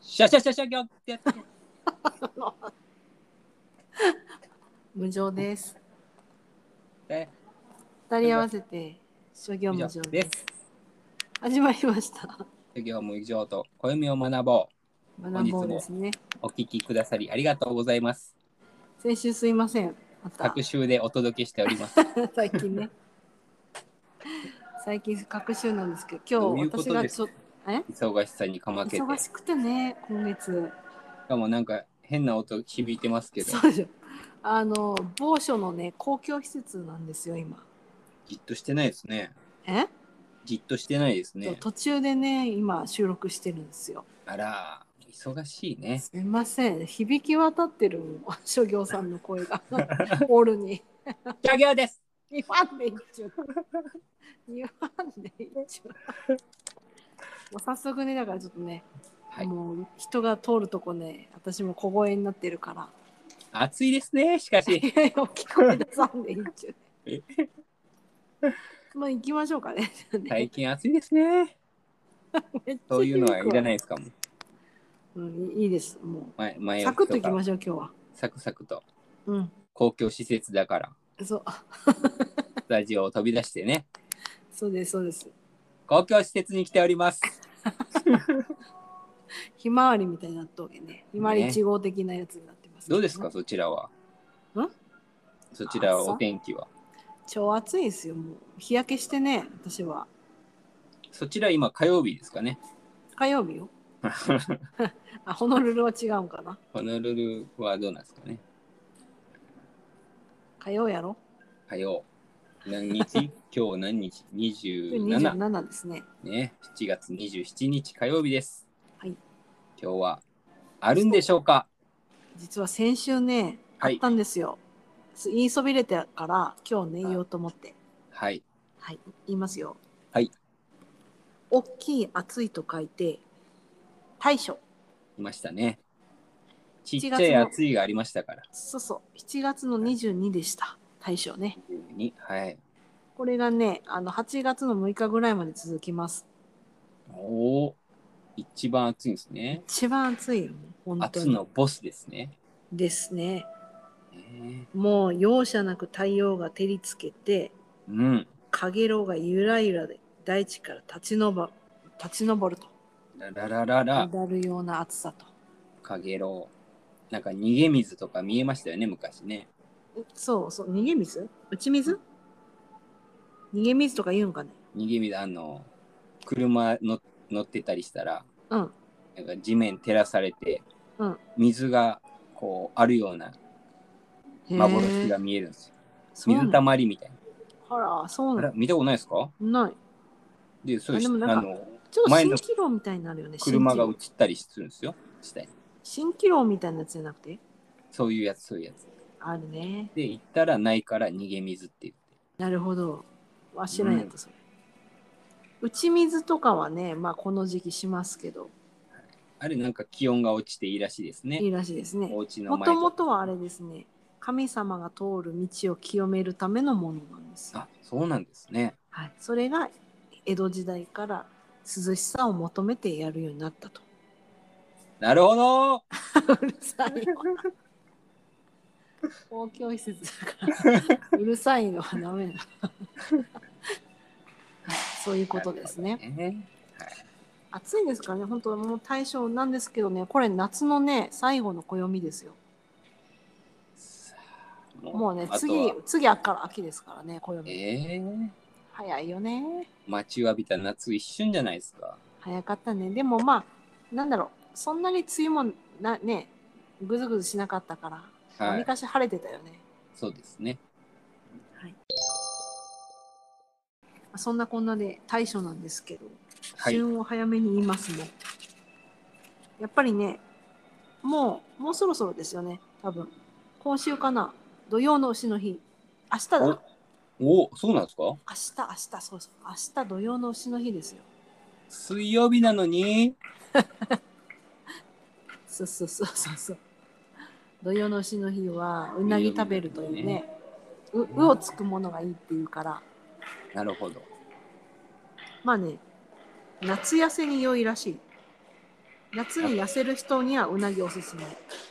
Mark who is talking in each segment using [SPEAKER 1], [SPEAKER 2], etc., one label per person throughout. [SPEAKER 1] シャシャシャシャギョってやって。
[SPEAKER 2] 無常です。
[SPEAKER 1] え
[SPEAKER 2] 二人合わせて、諸行無常です。始まりました。
[SPEAKER 1] 授業無常と暦を学ぼ
[SPEAKER 2] 学ぼうですね。
[SPEAKER 1] う。お聞きくださりありがとうございます。
[SPEAKER 2] 先週すいません。また
[SPEAKER 1] 各週でお届けしております。
[SPEAKER 2] 最近ね。最近隔週なんですけ
[SPEAKER 1] ど
[SPEAKER 2] ど、
[SPEAKER 1] うい
[SPEAKER 2] 今
[SPEAKER 1] う
[SPEAKER 2] 日
[SPEAKER 1] こと
[SPEAKER 2] 私が
[SPEAKER 1] で
[SPEAKER 2] ちょっ
[SPEAKER 1] 忙しさにかま
[SPEAKER 2] と
[SPEAKER 1] けて。
[SPEAKER 2] 忙しくてね、今月。
[SPEAKER 1] しかもなんか変な音響いてますけど、
[SPEAKER 2] そうですよ。あの某所のね公共施設なんですよ今。
[SPEAKER 1] じっとしてないですね。
[SPEAKER 2] え？
[SPEAKER 1] じっとしてないです
[SPEAKER 2] そう
[SPEAKER 1] ね。
[SPEAKER 2] 途中でね今収録してるんですよ。
[SPEAKER 1] あら、忙しいね。
[SPEAKER 2] すいません響き渡ってるもん諸行さんの 声がオールに。
[SPEAKER 1] 授業です。
[SPEAKER 2] 日本で一応。 日本で一応。もう早速ねだからちょっとね、
[SPEAKER 1] はい
[SPEAKER 2] もう人が通るとこね私も小声になってるから。
[SPEAKER 1] 暑いですね。しかし。
[SPEAKER 2] いやいや、聞こえ出さんでいいっちゅうね。 まあ行きましょうかね。
[SPEAKER 1] 最近暑いですね。
[SPEAKER 2] めっちゃ
[SPEAKER 1] そういうのはいらないで
[SPEAKER 2] い。
[SPEAKER 1] すかも。
[SPEAKER 2] うん、いいです。も
[SPEAKER 1] 前前
[SPEAKER 2] う。
[SPEAKER 1] 置
[SPEAKER 2] サクッと
[SPEAKER 1] き
[SPEAKER 2] 行き
[SPEAKER 1] か
[SPEAKER 2] ましょう、今日は。
[SPEAKER 1] サクサクと。
[SPEAKER 2] う
[SPEAKER 1] 公共施設だから、
[SPEAKER 2] ん。そう、
[SPEAKER 1] スタジオを飛び出してね、
[SPEAKER 2] そうです、そうです。
[SPEAKER 1] 公共施設に来ております。
[SPEAKER 2] ひまわりみたいになったわけね。ひまわり1号的なやつになってます、
[SPEAKER 1] どうですか、そちらは。
[SPEAKER 2] ん
[SPEAKER 1] そちらは
[SPEAKER 2] あそう
[SPEAKER 1] お天気は。
[SPEAKER 2] 超暑いですよ、もう。日焼けしてね、私は。
[SPEAKER 1] そちら今火曜日ですかね。
[SPEAKER 2] 火曜 日よ。あ、ホノルルは違うんかな。
[SPEAKER 1] ホノルルはどうなんですかね。
[SPEAKER 2] 火曜やろ
[SPEAKER 1] 火曜。何 日今日何日
[SPEAKER 2] 今日
[SPEAKER 1] ?27。
[SPEAKER 2] 27ですね。
[SPEAKER 1] ね。7月27日火曜日です。
[SPEAKER 2] はい
[SPEAKER 1] 今日はあるんでしょうか
[SPEAKER 2] 実は先週ね、
[SPEAKER 1] は
[SPEAKER 2] あ
[SPEAKER 1] い
[SPEAKER 2] ったんですよ。す言いそびれてから、今日ね、言おうと思って。
[SPEAKER 1] はい。
[SPEAKER 2] はい、言いますよ。
[SPEAKER 1] はい。
[SPEAKER 2] 大きい、熱いと書いて、大将。
[SPEAKER 1] いましたね。ちっちゃ
[SPEAKER 2] 7
[SPEAKER 1] い
[SPEAKER 2] 月の
[SPEAKER 1] 暑いがありましたから。
[SPEAKER 2] そうそう、7月の22でした。大将ね。
[SPEAKER 1] にはい。
[SPEAKER 2] これがね、あの8月の6日ぐらいまで続きます。
[SPEAKER 1] おお。一番暑いんですね。
[SPEAKER 2] 一番暑いよ、本当
[SPEAKER 1] 暑
[SPEAKER 2] に。
[SPEAKER 1] のボスですね。
[SPEAKER 2] ですね。
[SPEAKER 1] ね
[SPEAKER 2] もう容赦なく太陽が照りつけて、
[SPEAKER 1] うん。
[SPEAKER 2] かげろうがゆらゆらで大地から立ちのば立ち上ると。
[SPEAKER 1] ラララララ
[SPEAKER 2] う。だるような暑さと。
[SPEAKER 1] かげろう。なんか逃げ水とか見えましたよね、昔ね。
[SPEAKER 2] そうそう、逃げ水打ち水逃げ水とか言うんかね。
[SPEAKER 1] 逃げ水、あの、車の乗ってたりしたら、
[SPEAKER 2] うん。
[SPEAKER 1] なんか地面照らされて、
[SPEAKER 2] うん
[SPEAKER 1] 水がこうあるような
[SPEAKER 2] へー
[SPEAKER 1] 幻が見えるんですよ。
[SPEAKER 2] そうな
[SPEAKER 1] 水
[SPEAKER 2] の
[SPEAKER 1] たまりみたい
[SPEAKER 2] あら、そう
[SPEAKER 1] な。あ
[SPEAKER 2] な
[SPEAKER 1] ら見たことないですか
[SPEAKER 2] の。ない。
[SPEAKER 1] で、そうです。
[SPEAKER 2] あでも
[SPEAKER 1] あ
[SPEAKER 2] なんか
[SPEAKER 1] の、
[SPEAKER 2] ちょっと
[SPEAKER 1] 前
[SPEAKER 2] 蜃
[SPEAKER 1] の
[SPEAKER 2] 気楼みたいになるよね。
[SPEAKER 1] 車が映
[SPEAKER 2] 蜃
[SPEAKER 1] ったりするんですよ。下に。
[SPEAKER 2] 気楼蜃気楼みたいなやつじゃなくて
[SPEAKER 1] そういうやつ、そういうやつ。
[SPEAKER 2] あるね。
[SPEAKER 1] で、行ったらないから逃げ水って言って。
[SPEAKER 2] なるほど。わしらんやった、それ。打ち水とかはね、まあこの時期しますけど、
[SPEAKER 1] あれなんか気温が落ちていいらしいです
[SPEAKER 2] い
[SPEAKER 1] ね。
[SPEAKER 2] いらしいですね
[SPEAKER 1] お。家の
[SPEAKER 2] も
[SPEAKER 1] 前
[SPEAKER 2] と
[SPEAKER 1] と
[SPEAKER 2] もとはあれですね、神様が通る道を清めるためのものなんですよ。
[SPEAKER 1] あ、そうなんですね。
[SPEAKER 2] はい、それが江戸時代から涼しさを求めてやるようになったと。
[SPEAKER 1] なるほど
[SPEAKER 2] うるさいよ。公共施設だから。うるさいのはダメだ。はいそういうことですね。暑いですからね、本当もう対象なんですけどね、これ夏のね、最後の暦ですよ。
[SPEAKER 1] さあ
[SPEAKER 2] もうね、
[SPEAKER 1] あと
[SPEAKER 2] 次
[SPEAKER 1] は、
[SPEAKER 2] 次あっから秋ですからね、暦。
[SPEAKER 1] ええ
[SPEAKER 2] 早いよね。
[SPEAKER 1] 待ちわびた夏一瞬じゃないですか。
[SPEAKER 2] 早かったね。でもまあ、なんだろう、そんなに梅雨もなね、ぐずぐずしなかったから、わ
[SPEAKER 1] は
[SPEAKER 2] り
[SPEAKER 1] い。
[SPEAKER 2] かし晴れてたよね。
[SPEAKER 1] そうですね。
[SPEAKER 2] そんなこんなで対処なんですけど、
[SPEAKER 1] はい
[SPEAKER 2] 旬を早めに言いますね。やっぱりね、もう、もうそろそろですよね、多分。今週かな、土曜の牛の日。明日だ。明
[SPEAKER 1] おお、そうなんですか
[SPEAKER 2] 日、明日、そうそう。明日土曜の牛の日ですよ。
[SPEAKER 1] 水曜日なのに、
[SPEAKER 2] そうそうそうそうそう。土曜の牛の日は、うなぎ食べるというね、う、うをつくものがいいっていうから、
[SPEAKER 1] なるほど。
[SPEAKER 2] まあね、夏痩せに良いらしい。夏に痩せる人にはうなぎおすすめ。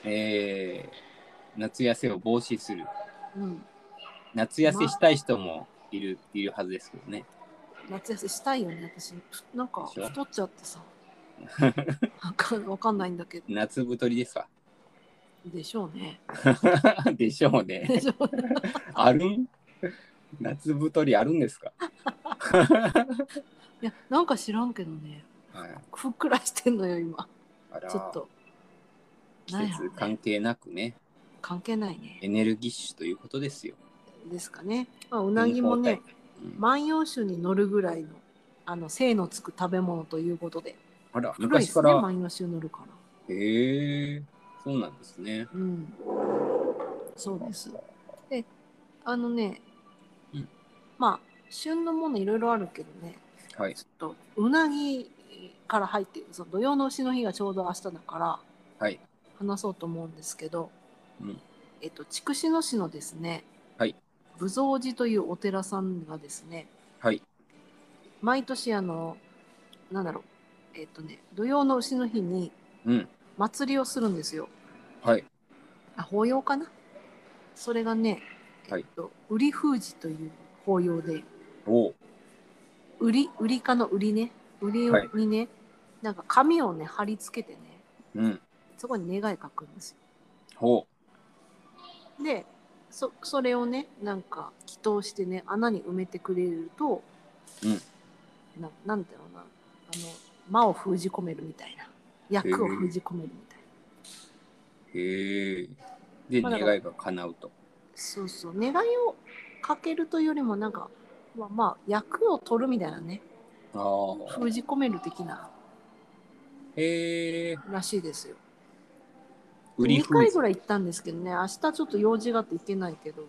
[SPEAKER 1] えー夏痩せを防止する。
[SPEAKER 2] うん。
[SPEAKER 1] 夏痩せしたい人もいる、いるはずですけどね。
[SPEAKER 2] 夏痩せしたいよね、私。なんか
[SPEAKER 1] でしょ
[SPEAKER 2] 太っちゃっ てさ。わかんわかんないんだけど。
[SPEAKER 1] 夏太りですか。
[SPEAKER 2] でしょうね。
[SPEAKER 1] でしょうね。
[SPEAKER 2] でしょうね。
[SPEAKER 1] あるん夏太りあるんですか、
[SPEAKER 2] いや、なんか知らんけどね。
[SPEAKER 1] はい、
[SPEAKER 2] ふっくらしてんのよ、今。
[SPEAKER 1] あら
[SPEAKER 2] ちょっと。
[SPEAKER 1] 季
[SPEAKER 2] なんやろ
[SPEAKER 1] 節関係なくね
[SPEAKER 2] 関係ないね。
[SPEAKER 1] エネルギッシュということですよ。
[SPEAKER 2] ですかね。まあ、うなぎもね、
[SPEAKER 1] 健康体、うん
[SPEAKER 2] 万葉集に載るぐらいの、あの、精のつく食べ物ということで。
[SPEAKER 1] あら
[SPEAKER 2] 古いで
[SPEAKER 1] 昔
[SPEAKER 2] す
[SPEAKER 1] か
[SPEAKER 2] ね、
[SPEAKER 1] ら、
[SPEAKER 2] 万葉集載るから。
[SPEAKER 1] へえそうなんですね。
[SPEAKER 2] うん。そうです。で、あのね、
[SPEAKER 1] うん
[SPEAKER 2] まあ、旬のものいろいろあるけどね、
[SPEAKER 1] はい
[SPEAKER 2] ちょっとうなぎから入って、その土曜の丑の日がちょうど明日だから
[SPEAKER 1] はい
[SPEAKER 2] 話そうと思うんですけど、
[SPEAKER 1] うん
[SPEAKER 2] えっと、筑紫野市のですね、
[SPEAKER 1] はい
[SPEAKER 2] 武蔵寺というお寺さんがですね、
[SPEAKER 1] はい
[SPEAKER 2] 毎年あの、なんだろう、えっとね、土曜の丑の日に
[SPEAKER 1] うん
[SPEAKER 2] 祭りをするんですよ。
[SPEAKER 1] はい
[SPEAKER 2] あ法要かなそれがね、
[SPEAKER 1] はい
[SPEAKER 2] えっと、売り封じという法要で
[SPEAKER 1] おう
[SPEAKER 2] 売り売りかの売りね売り
[SPEAKER 1] はい
[SPEAKER 2] にね、なんか紙をね貼り付けてね
[SPEAKER 1] うん
[SPEAKER 2] そこに願い書くんです
[SPEAKER 1] ほ
[SPEAKER 2] よでそそれをねなんか祈祷してね穴に埋めてくれると、
[SPEAKER 1] うん
[SPEAKER 2] ななんだろうなあの魔を封じ込めるみたいな役を封じ込めるみたいな、
[SPEAKER 1] うへえで
[SPEAKER 2] まだ
[SPEAKER 1] 願いが叶うと。
[SPEAKER 2] そうそう願いをかけるというよりもなんかまあまあ役を取るみたいなね
[SPEAKER 1] あ
[SPEAKER 2] 封
[SPEAKER 1] あ
[SPEAKER 2] じ込める的な
[SPEAKER 1] へえ
[SPEAKER 2] らしいですよ。
[SPEAKER 1] 売り
[SPEAKER 2] 2
[SPEAKER 1] 封
[SPEAKER 2] 回
[SPEAKER 1] じ
[SPEAKER 2] ぐらい行ったんですけどね、明日ちょっと用事があって行けないけど、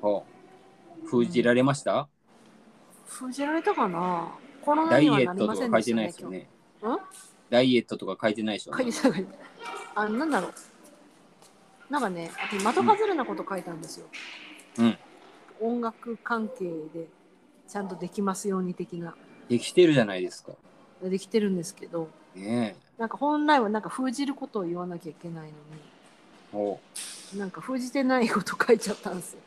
[SPEAKER 1] ほう封じられました、
[SPEAKER 2] 封じられたかなコロナ
[SPEAKER 1] ダイ
[SPEAKER 2] に
[SPEAKER 1] エッ
[SPEAKER 2] はなり
[SPEAKER 1] トと
[SPEAKER 2] ません
[SPEAKER 1] か書
[SPEAKER 2] で
[SPEAKER 1] い
[SPEAKER 2] してた
[SPEAKER 1] ないで
[SPEAKER 2] ね、
[SPEAKER 1] すよ
[SPEAKER 2] 今日。
[SPEAKER 1] ね。ダイエットとか書いてないでしょ、
[SPEAKER 2] 書いてた書いてたあ、なんだろう。なんかね、あと的外れなこと書いたんですよ。
[SPEAKER 1] うん
[SPEAKER 2] 音楽関係でちゃんとできますように的な。
[SPEAKER 1] できてるじゃないですか。
[SPEAKER 2] できてるんですけど、
[SPEAKER 1] ね
[SPEAKER 2] なんか本来はなんか封じることを言わなきゃいけないの
[SPEAKER 1] え。おう
[SPEAKER 2] に、なんか封じてないこと書いちゃったんですよ。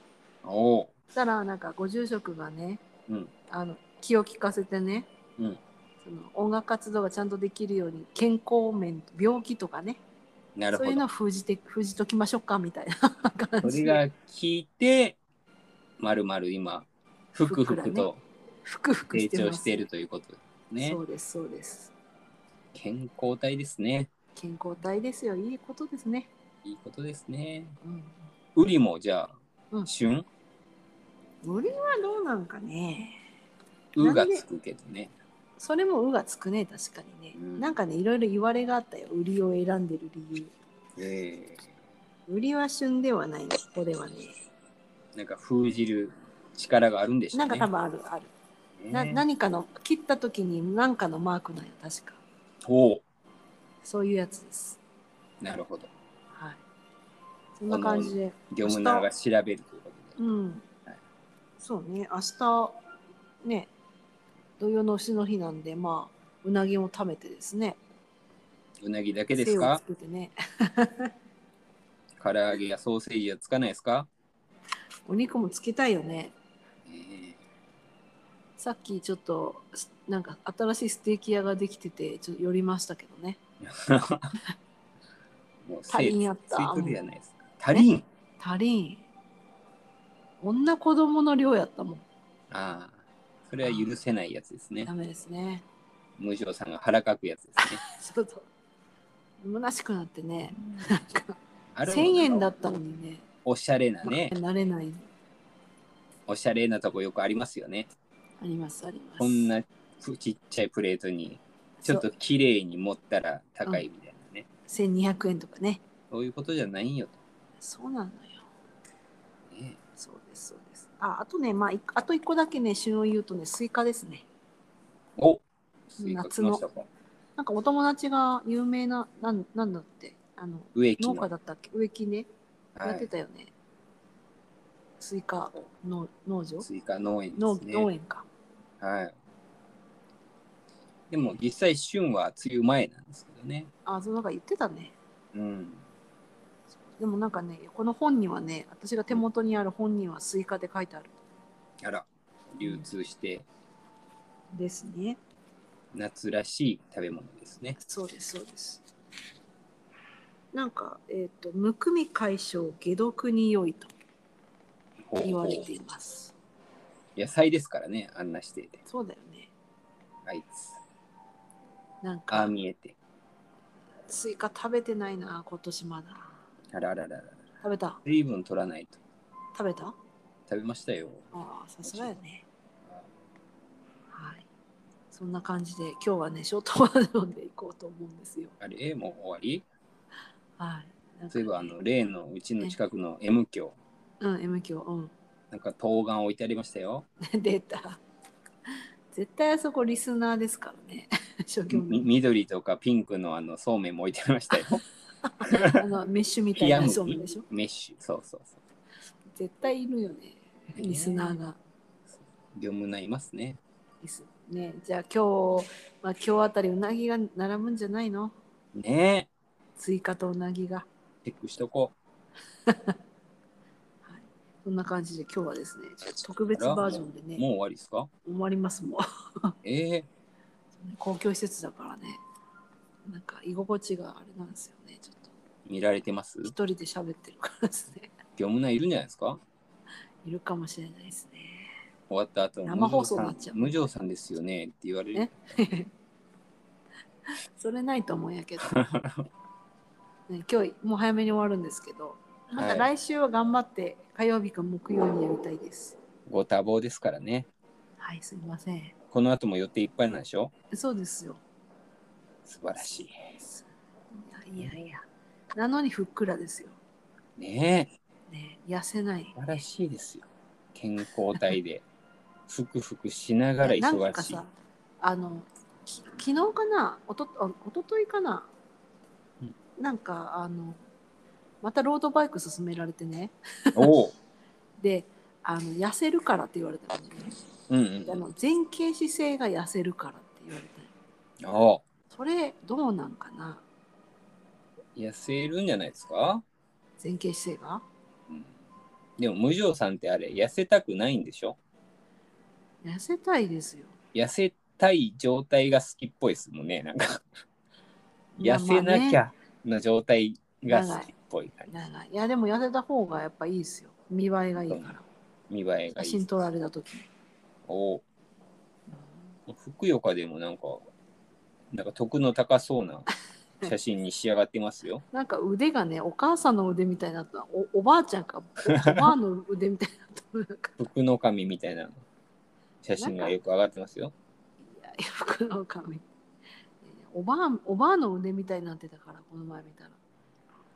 [SPEAKER 1] おう
[SPEAKER 2] そしたらなんかご住職がね、
[SPEAKER 1] うん
[SPEAKER 2] あの気を利かせてね、
[SPEAKER 1] うん
[SPEAKER 2] その音楽活動がちゃんとできるように健康面病気とかね
[SPEAKER 1] なる
[SPEAKER 2] そ
[SPEAKER 1] ほ
[SPEAKER 2] ういう
[SPEAKER 1] ど
[SPEAKER 2] の。を封じて封じときましょうかみたいな
[SPEAKER 1] そ
[SPEAKER 2] 感
[SPEAKER 1] れ
[SPEAKER 2] じ
[SPEAKER 1] が聞いて、まるまる今、ふくふくと
[SPEAKER 2] ふくふく
[SPEAKER 1] 成
[SPEAKER 2] してま
[SPEAKER 1] 長
[SPEAKER 2] す
[SPEAKER 1] しているということですね
[SPEAKER 2] そ。うですそうです
[SPEAKER 1] 健康体ですね。
[SPEAKER 2] 健康体ですよいいことですね、
[SPEAKER 1] いいことですね。
[SPEAKER 2] うん、
[SPEAKER 1] ウリもじゃ
[SPEAKER 2] う
[SPEAKER 1] あ、
[SPEAKER 2] ん
[SPEAKER 1] 旬、
[SPEAKER 2] 無理はどうなんかね
[SPEAKER 1] うがつくけどね。
[SPEAKER 2] それも「う」がつくね確かにね、
[SPEAKER 1] うん
[SPEAKER 2] なんかねいろいろ言われがあったよ売りを選んでる理
[SPEAKER 1] え
[SPEAKER 2] 由売りは旬ではないのここではね
[SPEAKER 1] ーなんか封じる力があるんでしょ
[SPEAKER 2] な
[SPEAKER 1] うん
[SPEAKER 2] か
[SPEAKER 1] ね。
[SPEAKER 2] 多分あるあるな
[SPEAKER 1] ね
[SPEAKER 2] 何かの切った時に何かのマークなんよ確か
[SPEAKER 1] おう
[SPEAKER 2] そういうやつです
[SPEAKER 1] なるほど。
[SPEAKER 2] はいそんな感じで
[SPEAKER 1] 業務ながら調べるということ
[SPEAKER 2] う
[SPEAKER 1] で。
[SPEAKER 2] ん
[SPEAKER 1] はい
[SPEAKER 2] そうね明日ね土曜の丑の日なんでまあうなぎも食べてですね
[SPEAKER 1] うなぎだけです
[SPEAKER 2] 精を
[SPEAKER 1] か
[SPEAKER 2] つけてね
[SPEAKER 1] 唐揚げやソーセージはつかないですか、
[SPEAKER 2] お肉もつけたいよね
[SPEAKER 1] えー
[SPEAKER 2] さっきちょっとすなんか新しいステーキ屋ができててちょっと寄りましたけどね
[SPEAKER 1] もうせ
[SPEAKER 2] 足りんやった
[SPEAKER 1] ついてるやないですか。足りん
[SPEAKER 2] 足りん女子供の量やったもん
[SPEAKER 1] ああ、それは許せないやつですね
[SPEAKER 2] ダ。メですね
[SPEAKER 1] 無常さんが腹かくやつですね。
[SPEAKER 2] ちょっと虚しくなってね
[SPEAKER 1] あれも
[SPEAKER 2] 1000円だったのにね、
[SPEAKER 1] おしゃれなね、
[SPEAKER 2] 慣れない。
[SPEAKER 1] おしゃれなとこよくありますよね。
[SPEAKER 2] あります、あります。
[SPEAKER 1] こんなちっちゃいプレートに、ちょっと
[SPEAKER 2] そう
[SPEAKER 1] 綺麗に盛ったら高いみたいなね。
[SPEAKER 2] 1200円とかね。
[SPEAKER 1] そういうことじゃないんよ
[SPEAKER 2] そうなのよ。
[SPEAKER 1] と、ね。
[SPEAKER 2] そうです、そうです。ああとね、まあ、いあと1個だけね、旬を言うとね、スイカですね。
[SPEAKER 1] おスイカ来ましたか。
[SPEAKER 2] なんかお友達が有名な、なんなんだって、あの、
[SPEAKER 1] 植木
[SPEAKER 2] 農
[SPEAKER 1] の。
[SPEAKER 2] 家だったっけ植木ね、
[SPEAKER 1] は
[SPEAKER 2] やって
[SPEAKER 1] い、
[SPEAKER 2] たよね。スイカの農場
[SPEAKER 1] スイカ農園で
[SPEAKER 2] 農
[SPEAKER 1] すね。
[SPEAKER 2] 農園か。
[SPEAKER 1] はい。でも実際旬は梅雨前なんですけどね。
[SPEAKER 2] あ、そうなんか言ってたね。
[SPEAKER 1] うん。
[SPEAKER 2] でもなんかね、この本にはね、私が手元にある本にはスイカで書いてある
[SPEAKER 1] あら、流通して
[SPEAKER 2] んですね。
[SPEAKER 1] 夏らしい食べ物ですね。
[SPEAKER 2] そうです、そうです。なんか、えっ、と、むくみ解消、解毒に良いと
[SPEAKER 1] ほう
[SPEAKER 2] 言
[SPEAKER 1] ほ
[SPEAKER 2] わ
[SPEAKER 1] う
[SPEAKER 2] れています。
[SPEAKER 1] 野菜ですからね、あんなしてて。
[SPEAKER 2] そうだよね。
[SPEAKER 1] あいつ。
[SPEAKER 2] なん
[SPEAKER 1] ああ
[SPEAKER 2] か、
[SPEAKER 1] 見えて。
[SPEAKER 2] スイカ食べてないな、今年まだ。
[SPEAKER 1] あらあらあらあら。
[SPEAKER 2] 食べた
[SPEAKER 1] 水分取らないと。
[SPEAKER 2] 食べた
[SPEAKER 1] 食べましたよ。
[SPEAKER 2] ああ、さすがやね。はい。そんな感じで、今日はね、ショートワードでいこうと思うんですよ。
[SPEAKER 1] あれ、もう終わり
[SPEAKER 2] はい。なんか
[SPEAKER 1] そういえば、あの、例のうちの近くの M 教、
[SPEAKER 2] うん、M 響、うん。
[SPEAKER 1] なんか冬瓜置いてありましたよ。
[SPEAKER 2] 出た。絶対あそこリスナーですからね。 初級
[SPEAKER 1] み
[SPEAKER 2] の
[SPEAKER 1] 緑とかピンクのあの、そうめんも置いてありましたよ。
[SPEAKER 2] あのメッ シュみたい
[SPEAKER 1] 冷
[SPEAKER 2] な
[SPEAKER 1] 麦
[SPEAKER 2] そうめんでしょ。
[SPEAKER 1] メッシュ。そうそうそう。
[SPEAKER 2] 絶対いるよね。リスナーが。
[SPEAKER 1] 業務ないますね。
[SPEAKER 2] リスね、じゃあ今日、まあ、今日あたりうなぎが並ぶんじゃないの
[SPEAKER 1] ね
[SPEAKER 2] 追加とうなぎが。
[SPEAKER 1] え。チェックしとこ
[SPEAKER 2] はい、そんな感じで今日はですね、ちょっと特別バージョンで
[SPEAKER 1] う。
[SPEAKER 2] ね、
[SPEAKER 1] もう終わりですか
[SPEAKER 2] 終わりますもん。
[SPEAKER 1] ええ
[SPEAKER 2] 公共施設だからね、なんか居心地があれなんですよね、ちょっと。
[SPEAKER 1] 見られてます
[SPEAKER 2] 一人で喋ってるからですね、
[SPEAKER 1] 業務内いるんじゃないですか
[SPEAKER 2] いるかもしれないですね。
[SPEAKER 1] 終わった後
[SPEAKER 2] 生放送になっちゃう
[SPEAKER 1] 無常さん無常さんですよねって言われる
[SPEAKER 2] え。それないと思うんやけど、ね、今日もう早めに終わるんですけど、また
[SPEAKER 1] はい
[SPEAKER 2] 来週は頑張って火曜日か木曜にやりたいです。
[SPEAKER 1] ご多忙ですからね。
[SPEAKER 2] はい、すいません。
[SPEAKER 1] この後も予定いっぱいなんでしょ
[SPEAKER 2] そうですよ。
[SPEAKER 1] 素晴らしい。
[SPEAKER 2] いやいやいや。なのにふっくらですよ。
[SPEAKER 1] ねえ。
[SPEAKER 2] ね、痩せない
[SPEAKER 1] 素。晴らしいですよ。健康体 で。ふくふくしながら
[SPEAKER 2] いやなん
[SPEAKER 1] 忙
[SPEAKER 2] か
[SPEAKER 1] しい
[SPEAKER 2] さ。あのき昨日かなおとあおとといかな、
[SPEAKER 1] うん
[SPEAKER 2] なんかあのまたロードバイク勧められてね
[SPEAKER 1] おお。
[SPEAKER 2] であの痩せるからって言われたのね、
[SPEAKER 1] うん
[SPEAKER 2] であ
[SPEAKER 1] うん。
[SPEAKER 2] の前傾姿勢が痩せるからって言われたの
[SPEAKER 1] おお。
[SPEAKER 2] それどうなんかな
[SPEAKER 1] 痩せるんじゃないですか
[SPEAKER 2] 前傾姿勢が
[SPEAKER 1] うんでも無常さんってあれ、痩せたくないんでしょ
[SPEAKER 2] 痩せたいですよ
[SPEAKER 1] 痩せたい状態が好きっぽいですもんね。なんか、
[SPEAKER 2] いや
[SPEAKER 1] 痩せなきゃの状態が
[SPEAKER 2] ま
[SPEAKER 1] 好
[SPEAKER 2] あね
[SPEAKER 1] きっぽい感じ。
[SPEAKER 2] なんかいやでも痩せた方がやっぱいいですよ見栄えがいいから
[SPEAKER 1] 見栄えが
[SPEAKER 2] 写
[SPEAKER 1] いい。
[SPEAKER 2] 真撮られた時に
[SPEAKER 1] おうふくよかでもなんか、なんか得の高そう な写真に仕上がってますよ。
[SPEAKER 2] なんか腕がね、お母さんの腕みたいになったのおおばあちゃんか、おおばあの腕みたいになったのなんか、
[SPEAKER 1] 福の神みたいな写真がよく上がってますよ。
[SPEAKER 2] いや、服の髪。おばあ、おばあの腕みたいになってたから、この前見たら。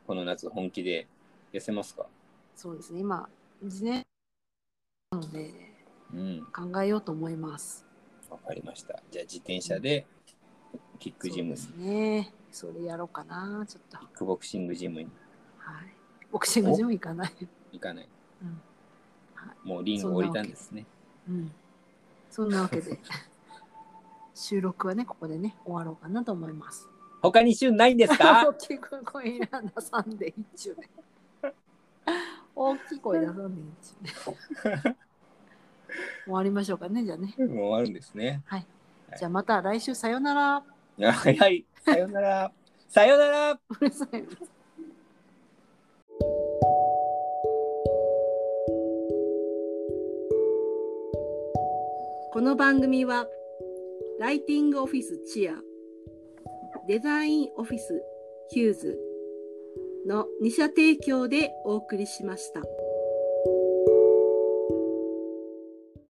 [SPEAKER 1] この夏本気で痩せますか
[SPEAKER 2] そうですね、今、自然なので、
[SPEAKER 1] うん、
[SPEAKER 2] 考えようと思います。
[SPEAKER 1] わかりました。じゃあ自転車でキックジムに、
[SPEAKER 2] そう
[SPEAKER 1] キ
[SPEAKER 2] ですね。それやろうかな、ちょっと。は
[SPEAKER 1] ックボクシングジムに
[SPEAKER 2] い。ボクシングジム行かない。
[SPEAKER 1] 行かない。
[SPEAKER 2] うんはい
[SPEAKER 1] もうリングを降りたんですね。
[SPEAKER 2] うん。そんなわけで、 収録はね、ここでね、終わろうかなと思います。
[SPEAKER 1] 他に週ないんですか
[SPEAKER 2] 大きい声いらなさんで一応。大きい声出さんで一応。終わりましょうかね、じゃあね。
[SPEAKER 1] もう終わるんですね。はい
[SPEAKER 2] じゃあまた来週さよなら。う
[SPEAKER 1] はいはい。さよなら。さよなら。
[SPEAKER 2] るさい。
[SPEAKER 3] この番組はライティングオフィスチアデザインオフィスヒューズの2社提供でお送りしました。